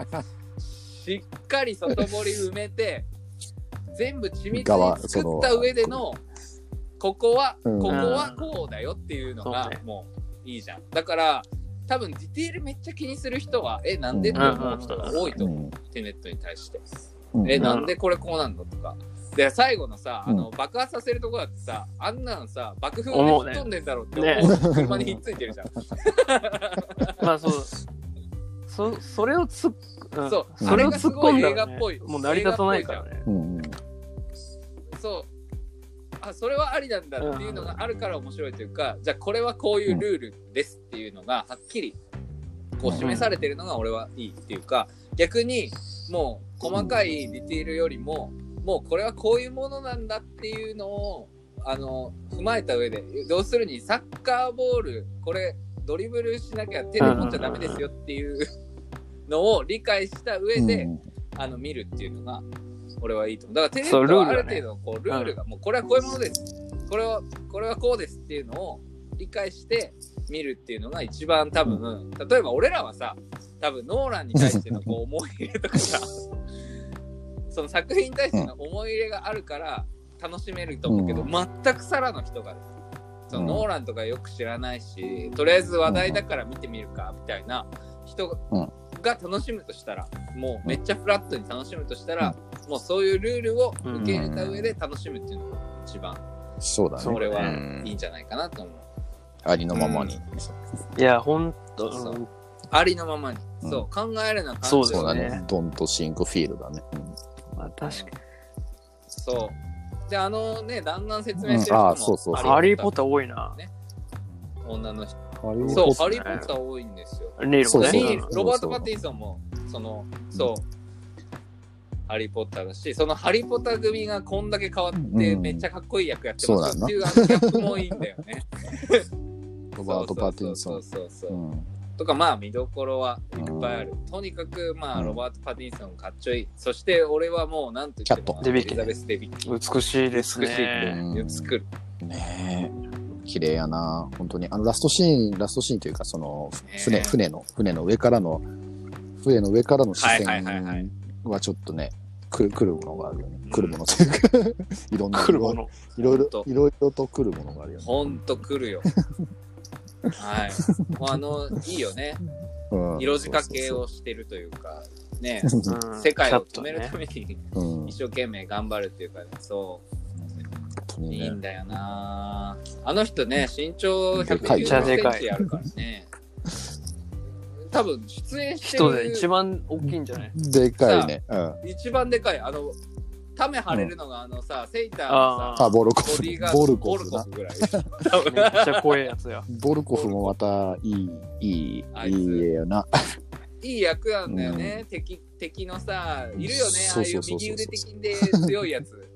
Speaker 2: しっかり外堀埋めて全部緻密
Speaker 4: 側
Speaker 2: に
Speaker 4: そ
Speaker 2: 作
Speaker 4: の
Speaker 2: った上でのここは、
Speaker 4: うん
Speaker 2: ここはこうだよっていうのが、
Speaker 3: そうね
Speaker 2: もういいじゃん。だから、多分ディテールめっちゃ気にする人は、え、なんでって思う人が多いと
Speaker 4: う
Speaker 2: 思う、
Speaker 4: ん
Speaker 2: テネットに対して。
Speaker 4: うん
Speaker 2: え、なんでこれこうなんだとか。で、最後のさ、あの爆発させるとこだってさ、あんなんさ、爆風で
Speaker 3: 思う
Speaker 2: 吹
Speaker 3: ね
Speaker 2: っ飛んでんだろうって思う、車にひっついてるじゃん。
Speaker 3: まあそう。そそれをつっ、うん
Speaker 2: そう
Speaker 3: それを突っ込んだ
Speaker 2: あれがすごい映画
Speaker 3: らね
Speaker 2: っぽい
Speaker 3: もう成り立たないからね。
Speaker 4: うんうん
Speaker 2: そう。あ、それはありなんだっていうのがあるから面白いというか、じゃあこれはこういうルールですっていうのがはっきりこう示されてるのが俺はいいっていうか、逆にもう細かいディティールよりも、もうこれはこういうものなんだっていうのを、あの、踏まえた上で、要するにサッカーボール、これドリブルしなきゃ手で持っちゃダメですよっていうのを理解した上で、あの見るっていうのが俺はいいと思う。だからテレビ
Speaker 3: そうルー
Speaker 2: は
Speaker 3: ル
Speaker 2: あ
Speaker 3: はね
Speaker 2: る程度こうルールがもうこれはこういうものです。これはこれはこうですっていうのを理解して見るっていうのが一番多分、例えば俺らはさ多分ノーランに対してのこう思い入れとかさその作品に対しての思い入れがあるから楽しめると思うけど、
Speaker 4: う
Speaker 2: 全くさらの人がですその
Speaker 4: うん
Speaker 2: ノーランとかよく知らないしとりあえず話題だから見てみるかみたいな人が
Speaker 4: うん
Speaker 2: が楽しむとしたらもうめっちゃフラットに楽しむとしたら、もうそういうルールを受け入れた上で楽しむっていうのが一番
Speaker 4: そうだ
Speaker 3: そう
Speaker 4: ね
Speaker 2: 俺は
Speaker 5: うん
Speaker 2: いいんじゃないかなと思う。
Speaker 5: ありのままに。
Speaker 3: いや、ほんと、
Speaker 2: そう
Speaker 3: うん
Speaker 2: ありのままに、
Speaker 4: うん
Speaker 2: そう考えるな感じ
Speaker 3: そうです
Speaker 4: そうだね
Speaker 3: ね
Speaker 4: ドンとシンクフィールだね
Speaker 3: まあ確かに。
Speaker 2: そうであのね弾丸説明してる人
Speaker 4: うん
Speaker 2: も、
Speaker 4: あーそうそうそう
Speaker 3: ハリー・ポッター多いな。
Speaker 2: 女の人
Speaker 4: ハリ
Speaker 2: そう
Speaker 4: ー
Speaker 2: ハリー・ポッター多いんですよ
Speaker 3: ネイル
Speaker 4: そ
Speaker 3: も
Speaker 4: う
Speaker 2: だ
Speaker 4: そう
Speaker 2: し
Speaker 3: ね。
Speaker 2: ロバート・パティソンもそのそう、ハリー・ポッターだしそのハリー・ポッター組がこんだけ変わって、
Speaker 4: うん
Speaker 2: めっちゃかっこいい役やってますよ
Speaker 4: そ
Speaker 2: っていううあのギャップもいいんだよね
Speaker 4: ロバート・パティソン
Speaker 2: そうそうそうそう、
Speaker 4: うん
Speaker 2: とかまあ見どころはいっぱいある。とにかくまあ
Speaker 4: うん
Speaker 2: ロバート・パティンソンかっちょいい。そして俺はもうなんと言って
Speaker 4: キャ
Speaker 2: も
Speaker 4: ッ
Speaker 3: トデビッキ
Speaker 2: エリザベス・デビッキ。
Speaker 3: 美しいです
Speaker 2: 美しい
Speaker 3: ね。
Speaker 4: うん
Speaker 2: 作る。
Speaker 4: ねえ綺麗やな本当にあのラストシーンラストシーンというかその船、
Speaker 2: ねえ
Speaker 4: 船の船の上からの船の上からの視線
Speaker 2: はいはいはいはい
Speaker 4: はちょっとねくるくるものがあるよねくるものというかいろんな
Speaker 3: 来るもの。
Speaker 4: いろい
Speaker 2: ほんと
Speaker 4: ろいろいろとくるものがあるよね、
Speaker 2: ほんと来るよ。はい。もうあの、いいよね。
Speaker 4: うん
Speaker 2: 色仕掛けをしてるというか、 ね、
Speaker 4: そうそう
Speaker 3: うん
Speaker 2: 世界を止
Speaker 3: ちょっと
Speaker 2: める
Speaker 3: ね
Speaker 2: ために
Speaker 4: そううん
Speaker 2: 一生懸命頑張るっていうかね、そ
Speaker 4: 本当
Speaker 2: う、
Speaker 4: に
Speaker 2: いい
Speaker 4: ね
Speaker 2: んだよなあの人ね、身長
Speaker 4: でかい
Speaker 2: 190センチあるからね。多分、出演して
Speaker 3: 人で
Speaker 2: る
Speaker 3: 一番大きいんじゃない
Speaker 4: でかいねうん
Speaker 2: 一番でかいあのため張れるのが、あのさセイターの
Speaker 3: あ
Speaker 4: あ
Speaker 2: さ
Speaker 4: ボルコ
Speaker 2: ボ
Speaker 4: フ
Speaker 2: ディーガー
Speaker 4: ボ
Speaker 2: ド
Speaker 4: ル
Speaker 2: の
Speaker 4: コ
Speaker 2: ボル
Speaker 4: フ
Speaker 2: コ
Speaker 4: な
Speaker 2: フぐらい
Speaker 3: めっちゃ怖いやつや。
Speaker 4: ボルコフもまたいいい
Speaker 2: あ
Speaker 4: い
Speaker 2: い
Speaker 4: い
Speaker 2: つ
Speaker 4: い絵やない
Speaker 2: い役なんだよね、敵敵のさいるよねあ
Speaker 4: そ
Speaker 2: あ
Speaker 4: う
Speaker 2: い
Speaker 4: そう うそうそう
Speaker 2: 右腕的で強いやつ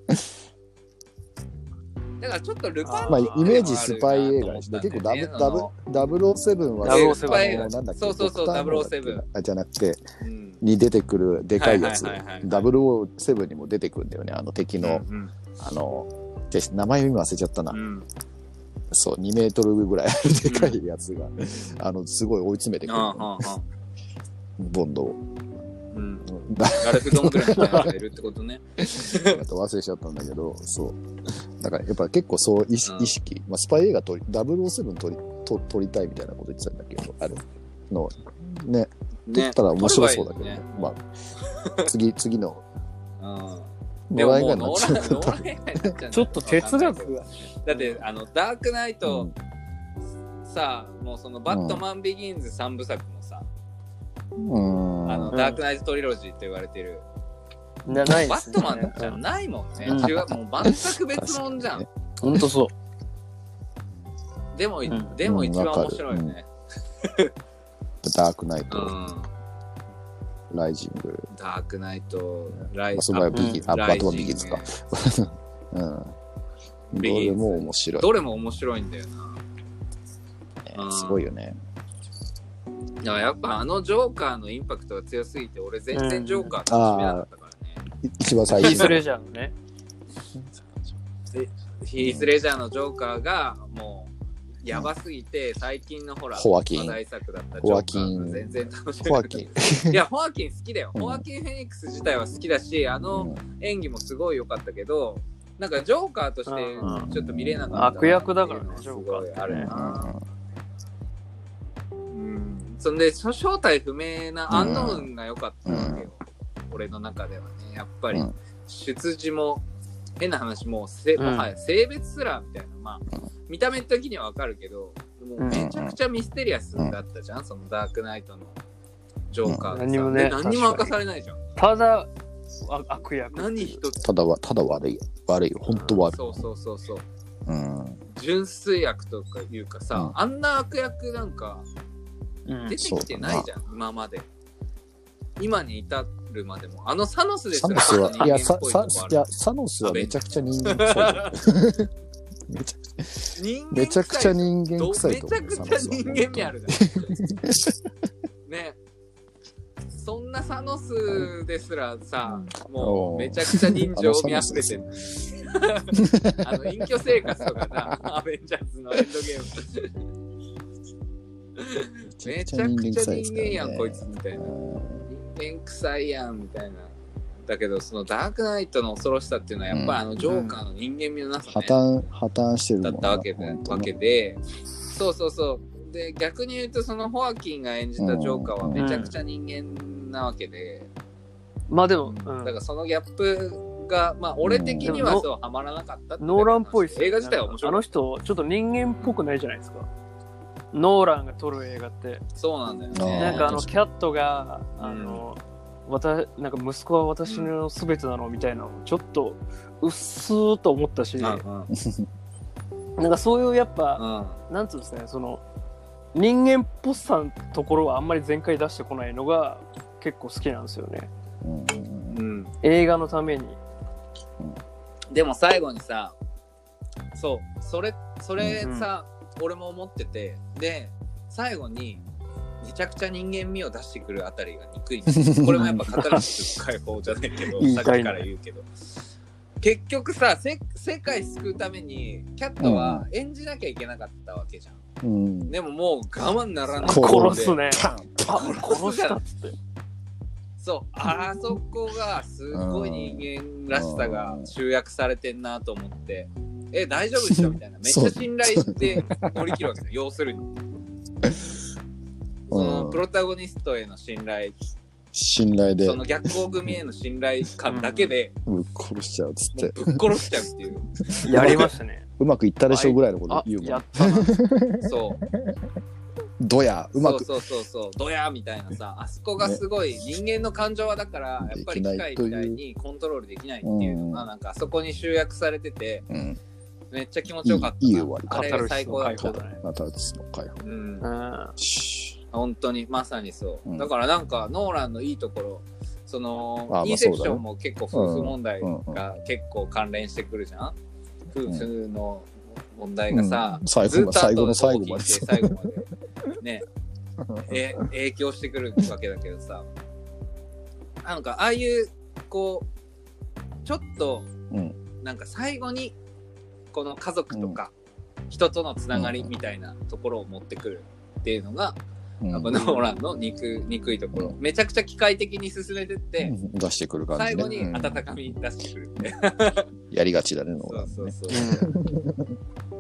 Speaker 2: だからちょっとルパン
Speaker 4: まあ、
Speaker 2: っていう
Speaker 4: イ
Speaker 2: のは
Speaker 4: メージスパイ映画
Speaker 2: あるか
Speaker 4: です
Speaker 2: な
Speaker 4: ね。
Speaker 2: と
Speaker 4: 結
Speaker 2: 思
Speaker 4: 構ダ
Speaker 2: っ
Speaker 4: ブ、
Speaker 2: たんだ
Speaker 4: ダ
Speaker 2: よね
Speaker 4: ブ、ダブルセブンは、
Speaker 3: 007
Speaker 4: あのなんだっけ
Speaker 2: そうそうそう
Speaker 4: ドクターの
Speaker 2: 007
Speaker 4: あじゃなくて、
Speaker 2: そのうん
Speaker 4: に出てくるでかいやつ
Speaker 2: はいはいはいはい、
Speaker 4: ダブルセブンにも出てくるんだよね、あの敵の、
Speaker 2: うん
Speaker 4: あの、じゃあ名前今忘れちゃったな
Speaker 2: う。ん
Speaker 4: そう、2メートルぐらいあるでかいやつが、あの、すごい追い詰めてく
Speaker 2: あ
Speaker 4: る
Speaker 2: あ、はあはあ
Speaker 4: ボンドを。
Speaker 2: うん
Speaker 4: だ
Speaker 2: ガルフドンぐらいのやつがいるってこと ね。
Speaker 4: あと忘れちゃったんだけど、そう。だからやっぱ結構そう意識、
Speaker 2: うん
Speaker 4: 意識まあ、スパイ映画撮り、007撮りと撮りたいみたいなこと言ってたんだけど、あれの、ね、撮
Speaker 2: ね
Speaker 4: ったら面白そうだけど、
Speaker 2: 撮ればいいよ
Speaker 4: ね
Speaker 2: ね
Speaker 4: まあ、次、次の
Speaker 2: うん
Speaker 4: 野
Speaker 2: でも
Speaker 4: 良映
Speaker 2: も
Speaker 4: 画
Speaker 2: う
Speaker 4: に
Speaker 2: ノ
Speaker 4: なっちゃう
Speaker 2: ー
Speaker 4: か
Speaker 2: ランノーラン映画になっちゃう
Speaker 3: ちょっと哲学が。
Speaker 2: だってあのダークナイ
Speaker 4: ら。
Speaker 2: トさもうそのバットマンビギンズ三部作もさ、
Speaker 4: うん。
Speaker 2: あの
Speaker 3: うん
Speaker 2: ダークナイトトリロジーって言われてる、
Speaker 3: なないで
Speaker 2: バ
Speaker 3: す
Speaker 2: ット
Speaker 3: ね。
Speaker 2: マンなんちゃないもんね、
Speaker 3: うん
Speaker 2: 違うもう全く別物じゃん、
Speaker 4: 確
Speaker 3: ほんとそう。
Speaker 2: でも、
Speaker 3: ん
Speaker 2: でも一番
Speaker 4: うんわかる
Speaker 2: 面白いよね
Speaker 4: ダークナイ
Speaker 2: う
Speaker 4: ト、
Speaker 2: ん、
Speaker 4: ライジング。
Speaker 2: ダークナイトライ
Speaker 4: まあ、それはビギ、
Speaker 3: う
Speaker 4: あ、
Speaker 2: ラ
Speaker 4: バ
Speaker 2: イ
Speaker 4: ト
Speaker 2: ジン
Speaker 4: マンビギンズか。うん。ど
Speaker 2: ビギンズ
Speaker 4: れも面白い。
Speaker 2: どれも面白いんだよなうん
Speaker 4: すごいよね。
Speaker 2: だからやっぱあのジョーカーのインパクトが強すぎて俺全然ジョーカー楽しめなかったからね、
Speaker 4: い一番最
Speaker 3: ヒース
Speaker 4: 初。
Speaker 3: レジャーのね。
Speaker 2: ヒース・レジャーのジョーカーがもうやばすぎて最近のほら
Speaker 4: ホアキン
Speaker 2: 話題作だったジョーカーが全然楽しめ
Speaker 4: ホ
Speaker 2: な
Speaker 4: ア
Speaker 2: く
Speaker 4: キ
Speaker 2: て
Speaker 4: ン。
Speaker 2: いやホアキン好きだよ、
Speaker 4: うん
Speaker 2: ホアキン・フェニックス自体は好きだしあ
Speaker 4: う
Speaker 2: の
Speaker 4: ん
Speaker 2: 演技もすごい良かったけどなんかジョーカーとして
Speaker 3: うん
Speaker 2: ちょっと見れなかったなっていうのはすごいあるな、うん、そんでそ正体不明なアンノーンが良かったわけよ、俺の中ではねやっぱり
Speaker 4: うん
Speaker 2: 出自も変な話もうせ、
Speaker 3: うん
Speaker 2: もはや性別すらみたいなまあ見た目的にはわかるけどもうめちゃくちゃミステリアスだったじゃん、そのダークナイトのジョーカーがさ
Speaker 3: うん何もね
Speaker 2: で何にも明
Speaker 3: 確か
Speaker 2: か
Speaker 3: に
Speaker 2: されないじゃん
Speaker 3: ただ、あ悪役。
Speaker 2: 何一つ
Speaker 4: ただは、ただ悪い。悪いよ。本当悪い。
Speaker 2: そうそうそうそう
Speaker 4: うん。
Speaker 2: 純粋悪とかいうかさ、
Speaker 4: うん
Speaker 2: あんな悪役なんか
Speaker 3: うん
Speaker 2: 出てきてないじゃん、今まで今に至るまでもあのサノスです
Speaker 4: サ
Speaker 2: ら
Speaker 4: ノスは、いや、
Speaker 2: 人間
Speaker 4: サ
Speaker 2: っぽいとこ
Speaker 4: サ
Speaker 2: ある
Speaker 4: いやサノスはめちゃくちゃ人間 臭いよ。めちゃ
Speaker 2: 人間
Speaker 4: めちゃくちゃ人間
Speaker 2: ど
Speaker 4: 臭いと思うよ。
Speaker 2: めちゃくちゃ人間味あ
Speaker 4: る。
Speaker 2: るじゃん。ね。そんなサノスですらさ、も
Speaker 4: お
Speaker 2: う
Speaker 4: う
Speaker 2: めちゃくちゃ人情味あふれてる。 あの隠居生活とかさ、アベンジャーズのエンドゲーム。めちゃくちゃ人間やん、こいつみたいな。人間臭いやんみたいな。だけど、そのダークナイトの恐ろしさっていうのは、やっぱあのジョーカーの人間味のなさ
Speaker 4: 破
Speaker 2: ね。
Speaker 4: 綻、破綻してるも
Speaker 2: だ
Speaker 4: ん
Speaker 2: っ
Speaker 4: な
Speaker 2: たわけで、
Speaker 4: 本当
Speaker 2: わ
Speaker 4: ね
Speaker 2: けで、そうそうそう。で、逆に言うと、そのホアキンが演じたジョーカーはめちゃくちゃ人間なわけで、
Speaker 3: まあでも、うん
Speaker 2: だからそのギャップが、まあ、俺的に
Speaker 3: う
Speaker 2: は
Speaker 3: ん
Speaker 2: そう、はまらなかったっていう
Speaker 3: ノーランっぽいっすよね
Speaker 2: 映画自体は面白
Speaker 3: あ
Speaker 2: か
Speaker 3: の
Speaker 2: った。
Speaker 3: 人、ちょっと人間っぽくないじゃないですか。ノーランが撮る映画って。
Speaker 2: そうなんだよ
Speaker 4: あ
Speaker 2: ね。
Speaker 4: ー
Speaker 3: なんかあの、
Speaker 4: 確か
Speaker 3: キャットが、あの、私なんか息子は私の全てなのみたいなのをちょっとうっすーと思ったし、
Speaker 2: うん
Speaker 3: なんかそういうやっぱ、
Speaker 2: うんうん
Speaker 3: なんつうんですかねその人間っぽさのところはあんまり全開出してこないのが結構好きなんですよね
Speaker 4: うんうん
Speaker 2: うん
Speaker 3: 映画のために
Speaker 2: でも最後にさそうそれそれさ、俺も思っててで最後にめちゃくちゃ人間味を出してくるあたりが憎いんです よこれもやっぱカタルシス解放じゃないけど
Speaker 3: いい
Speaker 2: さっきから言うけど結局させ世界救うためにキャットは演じなきゃいけなかったわけじゃん、
Speaker 4: うん
Speaker 2: でももう我慢ならない
Speaker 4: 殺
Speaker 3: 殺すね
Speaker 4: パン
Speaker 3: あ殺したっつって
Speaker 2: そうあそこがすごい人間らしさが集約されてんなと思ってえ大丈夫でしょみたい なめっち
Speaker 4: そ
Speaker 2: ゃ
Speaker 4: う
Speaker 2: 信頼して乗り切るわけですよ要するにそのプロタゴニストへの信頼
Speaker 4: 信頼で
Speaker 2: その逆行組への信頼感だけで
Speaker 4: ぶっ殺しちゃうっつっ
Speaker 2: も
Speaker 4: て
Speaker 2: うぶっ殺しちゃうっていう
Speaker 3: やりました ね
Speaker 4: うまくいったでしょぐらいのこと
Speaker 3: あ
Speaker 4: 言うも
Speaker 3: や
Speaker 4: ん
Speaker 3: ったな
Speaker 2: そう
Speaker 4: どやうまく
Speaker 2: そうそうそうそうドヤーみたいなさあそこがすごい人間の感情はだからやっぱり機械みたいにコントロールできないっていうのが
Speaker 4: うん
Speaker 2: なんかあそこに集約されてて
Speaker 4: うん
Speaker 2: めっちゃ気持ちよかったない
Speaker 4: いい終わり
Speaker 2: あれが最高だっ
Speaker 3: カ
Speaker 2: た
Speaker 3: タルシスの解放だね
Speaker 4: またその解
Speaker 2: う
Speaker 4: 放
Speaker 2: ん
Speaker 3: うん
Speaker 4: し
Speaker 2: 本当にまさにそう、
Speaker 4: うん
Speaker 2: だからなんかノーランのいいところその
Speaker 4: あまあ
Speaker 2: インセプシ
Speaker 4: そう
Speaker 2: ョ
Speaker 4: だね
Speaker 2: ンも結構夫婦問題
Speaker 4: うんうん
Speaker 2: が結構関連してくるじゃん、夫婦の問題がさ、
Speaker 4: うん最後
Speaker 2: ずっと
Speaker 4: 最後の
Speaker 2: 後
Speaker 4: 最後まで
Speaker 2: 聞いて最後までね え影響してくるわけだけどさなんかああいうこうちょっと、
Speaker 4: うん
Speaker 2: なんか最後にこの家族とか、人とのつながりみたいなところを持ってくるっていうのが、
Speaker 4: うん
Speaker 2: やっぱノーランの憎憎いところ、
Speaker 4: う
Speaker 2: めちゃくちゃ機械的に進めてって、
Speaker 4: うん出してくる感じね
Speaker 2: 最後に
Speaker 4: うん
Speaker 2: 温かみ出してくるって、
Speaker 4: やりがちだねノー
Speaker 2: そ
Speaker 4: ラ
Speaker 2: う
Speaker 4: ン
Speaker 2: そう
Speaker 4: ね
Speaker 2: そう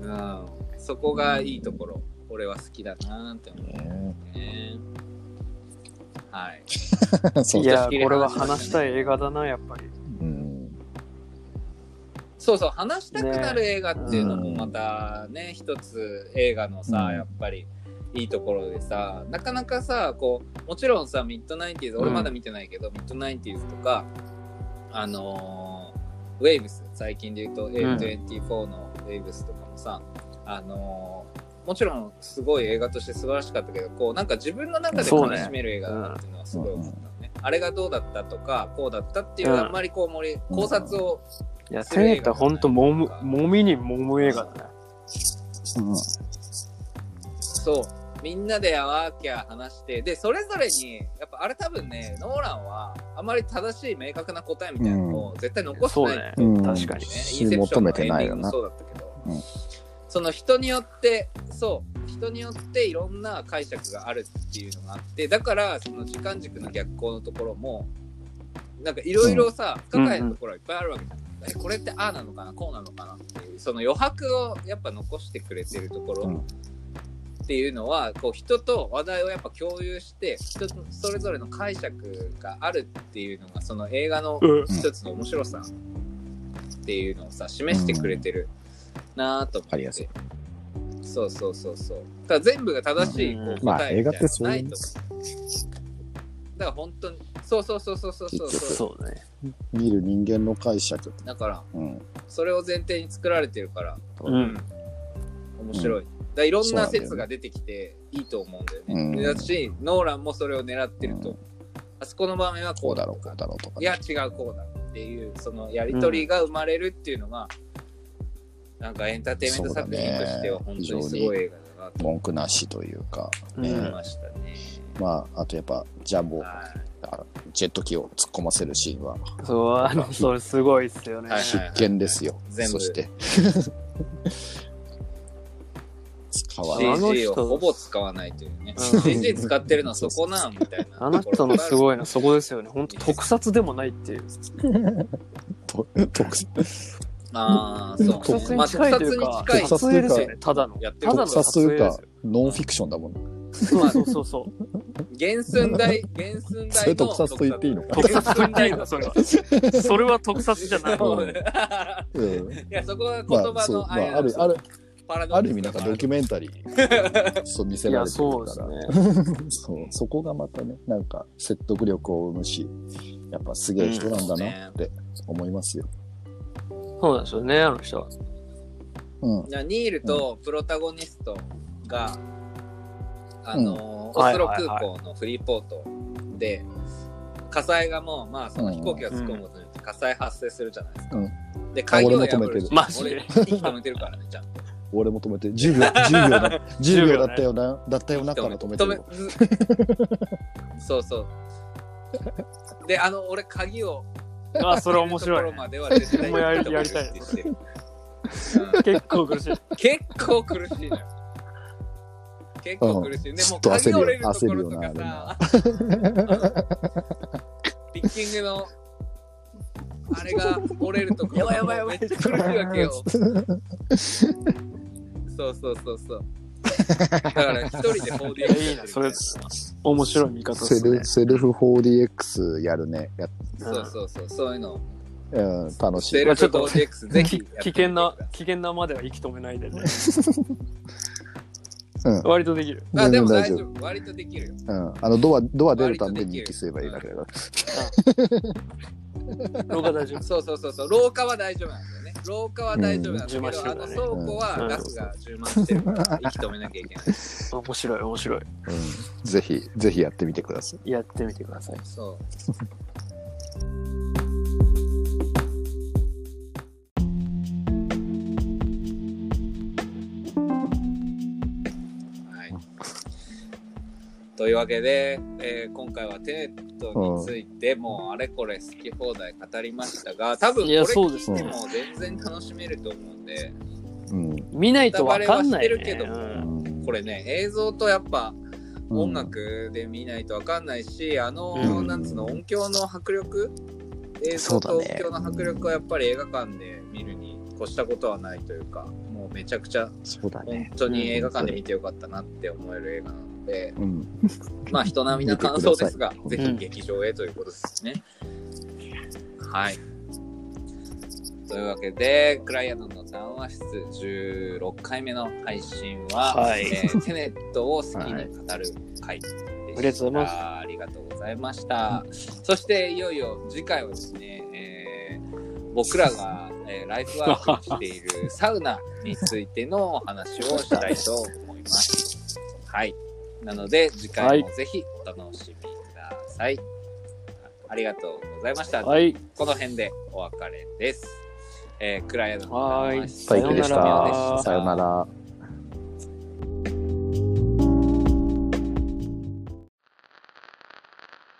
Speaker 2: うん、そこがいいところ、俺は好きだなーって思うね。はい。
Speaker 4: ねそう
Speaker 3: いや、これは話したい映画だな、やっぱり。
Speaker 4: うん
Speaker 2: そうそう、話したくなる映画っていうのもまたね、一つ映画のさ、
Speaker 4: うん
Speaker 2: やっぱりいいところでさ、なかなかさ、こう、もちろんさ、ミッドナインティーズ、俺まだ見てないけど、ミッドナインティーズとか、あのーウェイブス、最近で言うと A24 のウェイブスとかもさ、あのーもちろんすごい映画として素晴らしかったけど、こうなんか自分の中で
Speaker 3: そう
Speaker 2: 楽
Speaker 3: ね
Speaker 2: しめる映画だなっていうのはすごい思ったのね。あれがどうだったとか、こうだったっていうのは
Speaker 3: うん
Speaker 2: あんまりこう盛り、考察を
Speaker 3: いや、テネットはほんと、もむ、もみにもむ映画だね。
Speaker 2: そう。みんなでワーキャー話して、で、それぞれに、やっぱあれ多分ね、ノーランは、あまり正しい明確な答えみたいなのを絶対残して
Speaker 3: そう
Speaker 2: ない、
Speaker 3: ね
Speaker 4: う。ん
Speaker 3: 確かに。
Speaker 2: インセプションのエンディング
Speaker 5: 求めてないよ
Speaker 2: も
Speaker 5: な
Speaker 2: そうだったけど、
Speaker 5: うん
Speaker 2: その人によって、そう、人によっていろんな解釈があるっていうのがあって、だから、その時間軸の逆行のところも、なんかいろいろさ、不可解なところはいっぱいあるわけじゃん。えこれってああなのかなこうなのかなっていうその余白をやっぱ残してくれてるところ、
Speaker 4: うん
Speaker 2: っていうのはこう人と話題をやっぱ共有して人それぞれの解釈があるっていうのがその映画の
Speaker 3: うん。
Speaker 2: 一つの面白さっていうのをさ示してくれてるなぁと思って、
Speaker 4: ありがと
Speaker 2: そうそうそうそうだから全部が正しいこ
Speaker 3: うん
Speaker 2: う
Speaker 4: まあ
Speaker 2: 答えみたいなの
Speaker 4: 映画ってそう
Speaker 2: ないいうと
Speaker 4: も
Speaker 2: 思
Speaker 4: ん
Speaker 2: うだから本当にそうそうそうそうそうそうそう
Speaker 3: そうね。
Speaker 4: 見る人間の解釈
Speaker 2: だから
Speaker 4: うん
Speaker 2: それを前提に作られてるから
Speaker 3: うん。
Speaker 2: 面白い、だからいろんな
Speaker 4: そ
Speaker 2: 説
Speaker 4: うな
Speaker 2: が出てきていいと思うんだよ
Speaker 4: うん
Speaker 2: ね、だしノーランもそれを狙ってると、
Speaker 4: うん
Speaker 2: あそこの場面はこ
Speaker 4: こ
Speaker 2: う
Speaker 4: うだ
Speaker 2: だ
Speaker 4: ろうこうだろうとか
Speaker 2: いや違うこうだっていうそのやり取りが生まれるっていうのが、なんかエンターテインメント作品としては
Speaker 4: そうだ
Speaker 2: 本
Speaker 4: ね
Speaker 2: 当にすごい映画だなと
Speaker 4: 文句なしというか、
Speaker 3: うん
Speaker 2: 思い
Speaker 4: ね
Speaker 2: ましたね、
Speaker 4: まああとやっぱジャンボ
Speaker 2: は
Speaker 4: ジェット機を突っ込ませるシーンは
Speaker 3: そう、あの、それすごいっすよね
Speaker 2: は。い
Speaker 4: 必見ですよ、
Speaker 2: 全部
Speaker 4: そ して使わない
Speaker 3: あ
Speaker 2: い、
Speaker 3: の
Speaker 2: CG を
Speaker 3: 人
Speaker 2: ほぼ使わないというね、
Speaker 3: うん
Speaker 2: CG 使ってるのはそこなんみたいな
Speaker 3: あの人のすご
Speaker 2: い
Speaker 3: いの、そこですよね。ほんと、特撮でもないっていう。
Speaker 4: と特
Speaker 2: ああそう
Speaker 3: 特撮
Speaker 2: まあ
Speaker 3: に
Speaker 2: 特
Speaker 3: 近いとい
Speaker 2: 撮
Speaker 3: う
Speaker 2: に
Speaker 3: か、
Speaker 2: 近い
Speaker 4: 特撮
Speaker 3: 撮影ですよね、ただの。
Speaker 2: やってる
Speaker 3: ただの
Speaker 4: 特撮という
Speaker 3: で
Speaker 4: か
Speaker 3: すよ。
Speaker 4: ノンフィクションだもんね
Speaker 3: そうそうそうそう。
Speaker 2: 原寸大原寸
Speaker 4: そ
Speaker 2: 大
Speaker 4: れ
Speaker 2: の
Speaker 4: 特撮と言っていいのか
Speaker 3: 特撮と言っていいのそれは。 それは特撮じゃない。
Speaker 2: そう
Speaker 4: うん
Speaker 2: ね
Speaker 4: うん
Speaker 2: いやそこは言
Speaker 4: ま
Speaker 2: 葉の、
Speaker 4: あそう、まあ、
Speaker 2: れ
Speaker 4: あるある
Speaker 2: パラドックス
Speaker 4: ある意味なんかドキュメンタリーそう見せ
Speaker 3: い
Speaker 4: ら
Speaker 3: や、
Speaker 4: れてる
Speaker 3: そうです
Speaker 4: から
Speaker 3: ね。
Speaker 4: そうそこがまたねなんか説得力を生むしやっぱすげえ人なんだなって思いますよ、
Speaker 3: そうなんですよね、あの人は。
Speaker 4: うん、
Speaker 2: じゃあニールとプロタゴニストが、あのー
Speaker 3: うん
Speaker 2: オスロ
Speaker 3: はいはい
Speaker 2: 空
Speaker 3: はい
Speaker 2: 港のフリーポートで、火災がもうまあその
Speaker 4: うん
Speaker 2: 飛行機が突っ込むことによって火災発生するじゃないですか、
Speaker 4: うん
Speaker 2: で開業
Speaker 4: あ
Speaker 2: 破
Speaker 4: 俺も止めて
Speaker 2: る
Speaker 4: る
Speaker 2: し
Speaker 3: マジで
Speaker 2: 俺息止めてるからねちゃんと
Speaker 4: 俺も止めて10秒10秒 だ10秒
Speaker 3: ね
Speaker 4: だったよなだったよなから止めてるよ
Speaker 2: めそうそうであの俺鍵を
Speaker 3: あ、それ面
Speaker 2: と
Speaker 3: 白
Speaker 2: こ
Speaker 3: い
Speaker 2: ろ。までは絶対
Speaker 3: もうやり
Speaker 2: 行った方が
Speaker 3: やりたい
Speaker 2: って言ってる
Speaker 3: 結構苦しい。
Speaker 2: 結構苦しいのよ。結構苦しい。で
Speaker 4: ちょ
Speaker 2: も
Speaker 4: っと焦
Speaker 2: 鍵
Speaker 4: るよ
Speaker 2: 折れるところとか
Speaker 4: 焦るよな
Speaker 2: さ、ピッキングの、あれが折れるところ、やばいやばい、めっちゃ苦しいわけよ。 そうそうそうそう。だから一人で 4DX やってる
Speaker 3: いいな、それ、面白い見方で
Speaker 4: セ
Speaker 3: すね
Speaker 4: ル。セルフ 4DX やるねや、
Speaker 2: そうそうそう、そういうの。
Speaker 4: うん、楽し
Speaker 2: セ
Speaker 4: い
Speaker 2: ルフ 4DX ぜひやってみてください。
Speaker 3: 危険な、危険なまでは息止めないで ね。
Speaker 4: うん
Speaker 3: 割とで きる。
Speaker 2: あ、でも
Speaker 4: 全然
Speaker 2: 大丈夫。割とできるよ。
Speaker 4: うん、あのドアドア出るたんびに息吸えばいいだけだから
Speaker 3: 廊下大丈夫。
Speaker 2: そうそうそうそう廊下は大丈夫なんだよね廊下は大丈夫なんだけど、
Speaker 3: うん充満して
Speaker 2: あ
Speaker 3: る
Speaker 2: の
Speaker 3: からね
Speaker 2: 倉庫はガスが充満してるから息止めなきゃいけない
Speaker 3: 面白い、面白い。
Speaker 4: うん、ぜひぜひやってみてください
Speaker 3: やってみてください。
Speaker 2: そうというわけで、えー今回はテネットについて、もうあれこれ好き放題語りましたが、多分こ
Speaker 3: い
Speaker 2: れ
Speaker 3: やそうです
Speaker 2: 聞いて
Speaker 4: ね
Speaker 2: も全然楽しめると思うんで、
Speaker 4: うん。
Speaker 3: 見ないとわかんない、ね。
Speaker 2: ネタバレはしてるけど
Speaker 3: うん
Speaker 2: これね、映像とやっぱ
Speaker 4: うん
Speaker 2: 音楽で見ないとわかんないし、あの、
Speaker 4: うん
Speaker 2: なんつうの、音響の迫力映像
Speaker 4: そうだ
Speaker 2: と音
Speaker 4: ね
Speaker 2: 響の迫力はやっぱり映画館で見るに越したことはないというか、もうめちゃくちゃ
Speaker 4: そうだね。
Speaker 2: 本当に映画館で見てよかったなって思える映画なので、
Speaker 4: うん。
Speaker 2: まあ人並みな感想ですが、
Speaker 4: 見
Speaker 2: ぜ
Speaker 3: く
Speaker 4: て
Speaker 3: ださい
Speaker 2: ひ劇場へということですね。はい。というわけで、クライアントの談話室16回目の配信は、
Speaker 3: はい
Speaker 2: えーテネットを好きに語る回で。
Speaker 3: ありがとうございます
Speaker 2: ありがとうございました。そしていよいよ次回はですね、えー僕らが、えーライフワークしているサウナについてのお話をしたいと思います。はい。なので次回もぜひお楽しみください。ありがとうございました。
Speaker 3: はい。
Speaker 2: この辺でお別れです。えー、暗闇の
Speaker 3: はーい
Speaker 2: さ
Speaker 5: バイ
Speaker 2: よ
Speaker 5: ク
Speaker 2: う
Speaker 5: で
Speaker 2: な
Speaker 5: し
Speaker 3: ら
Speaker 5: た。さよなら。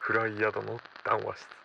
Speaker 1: フライヤードの談話室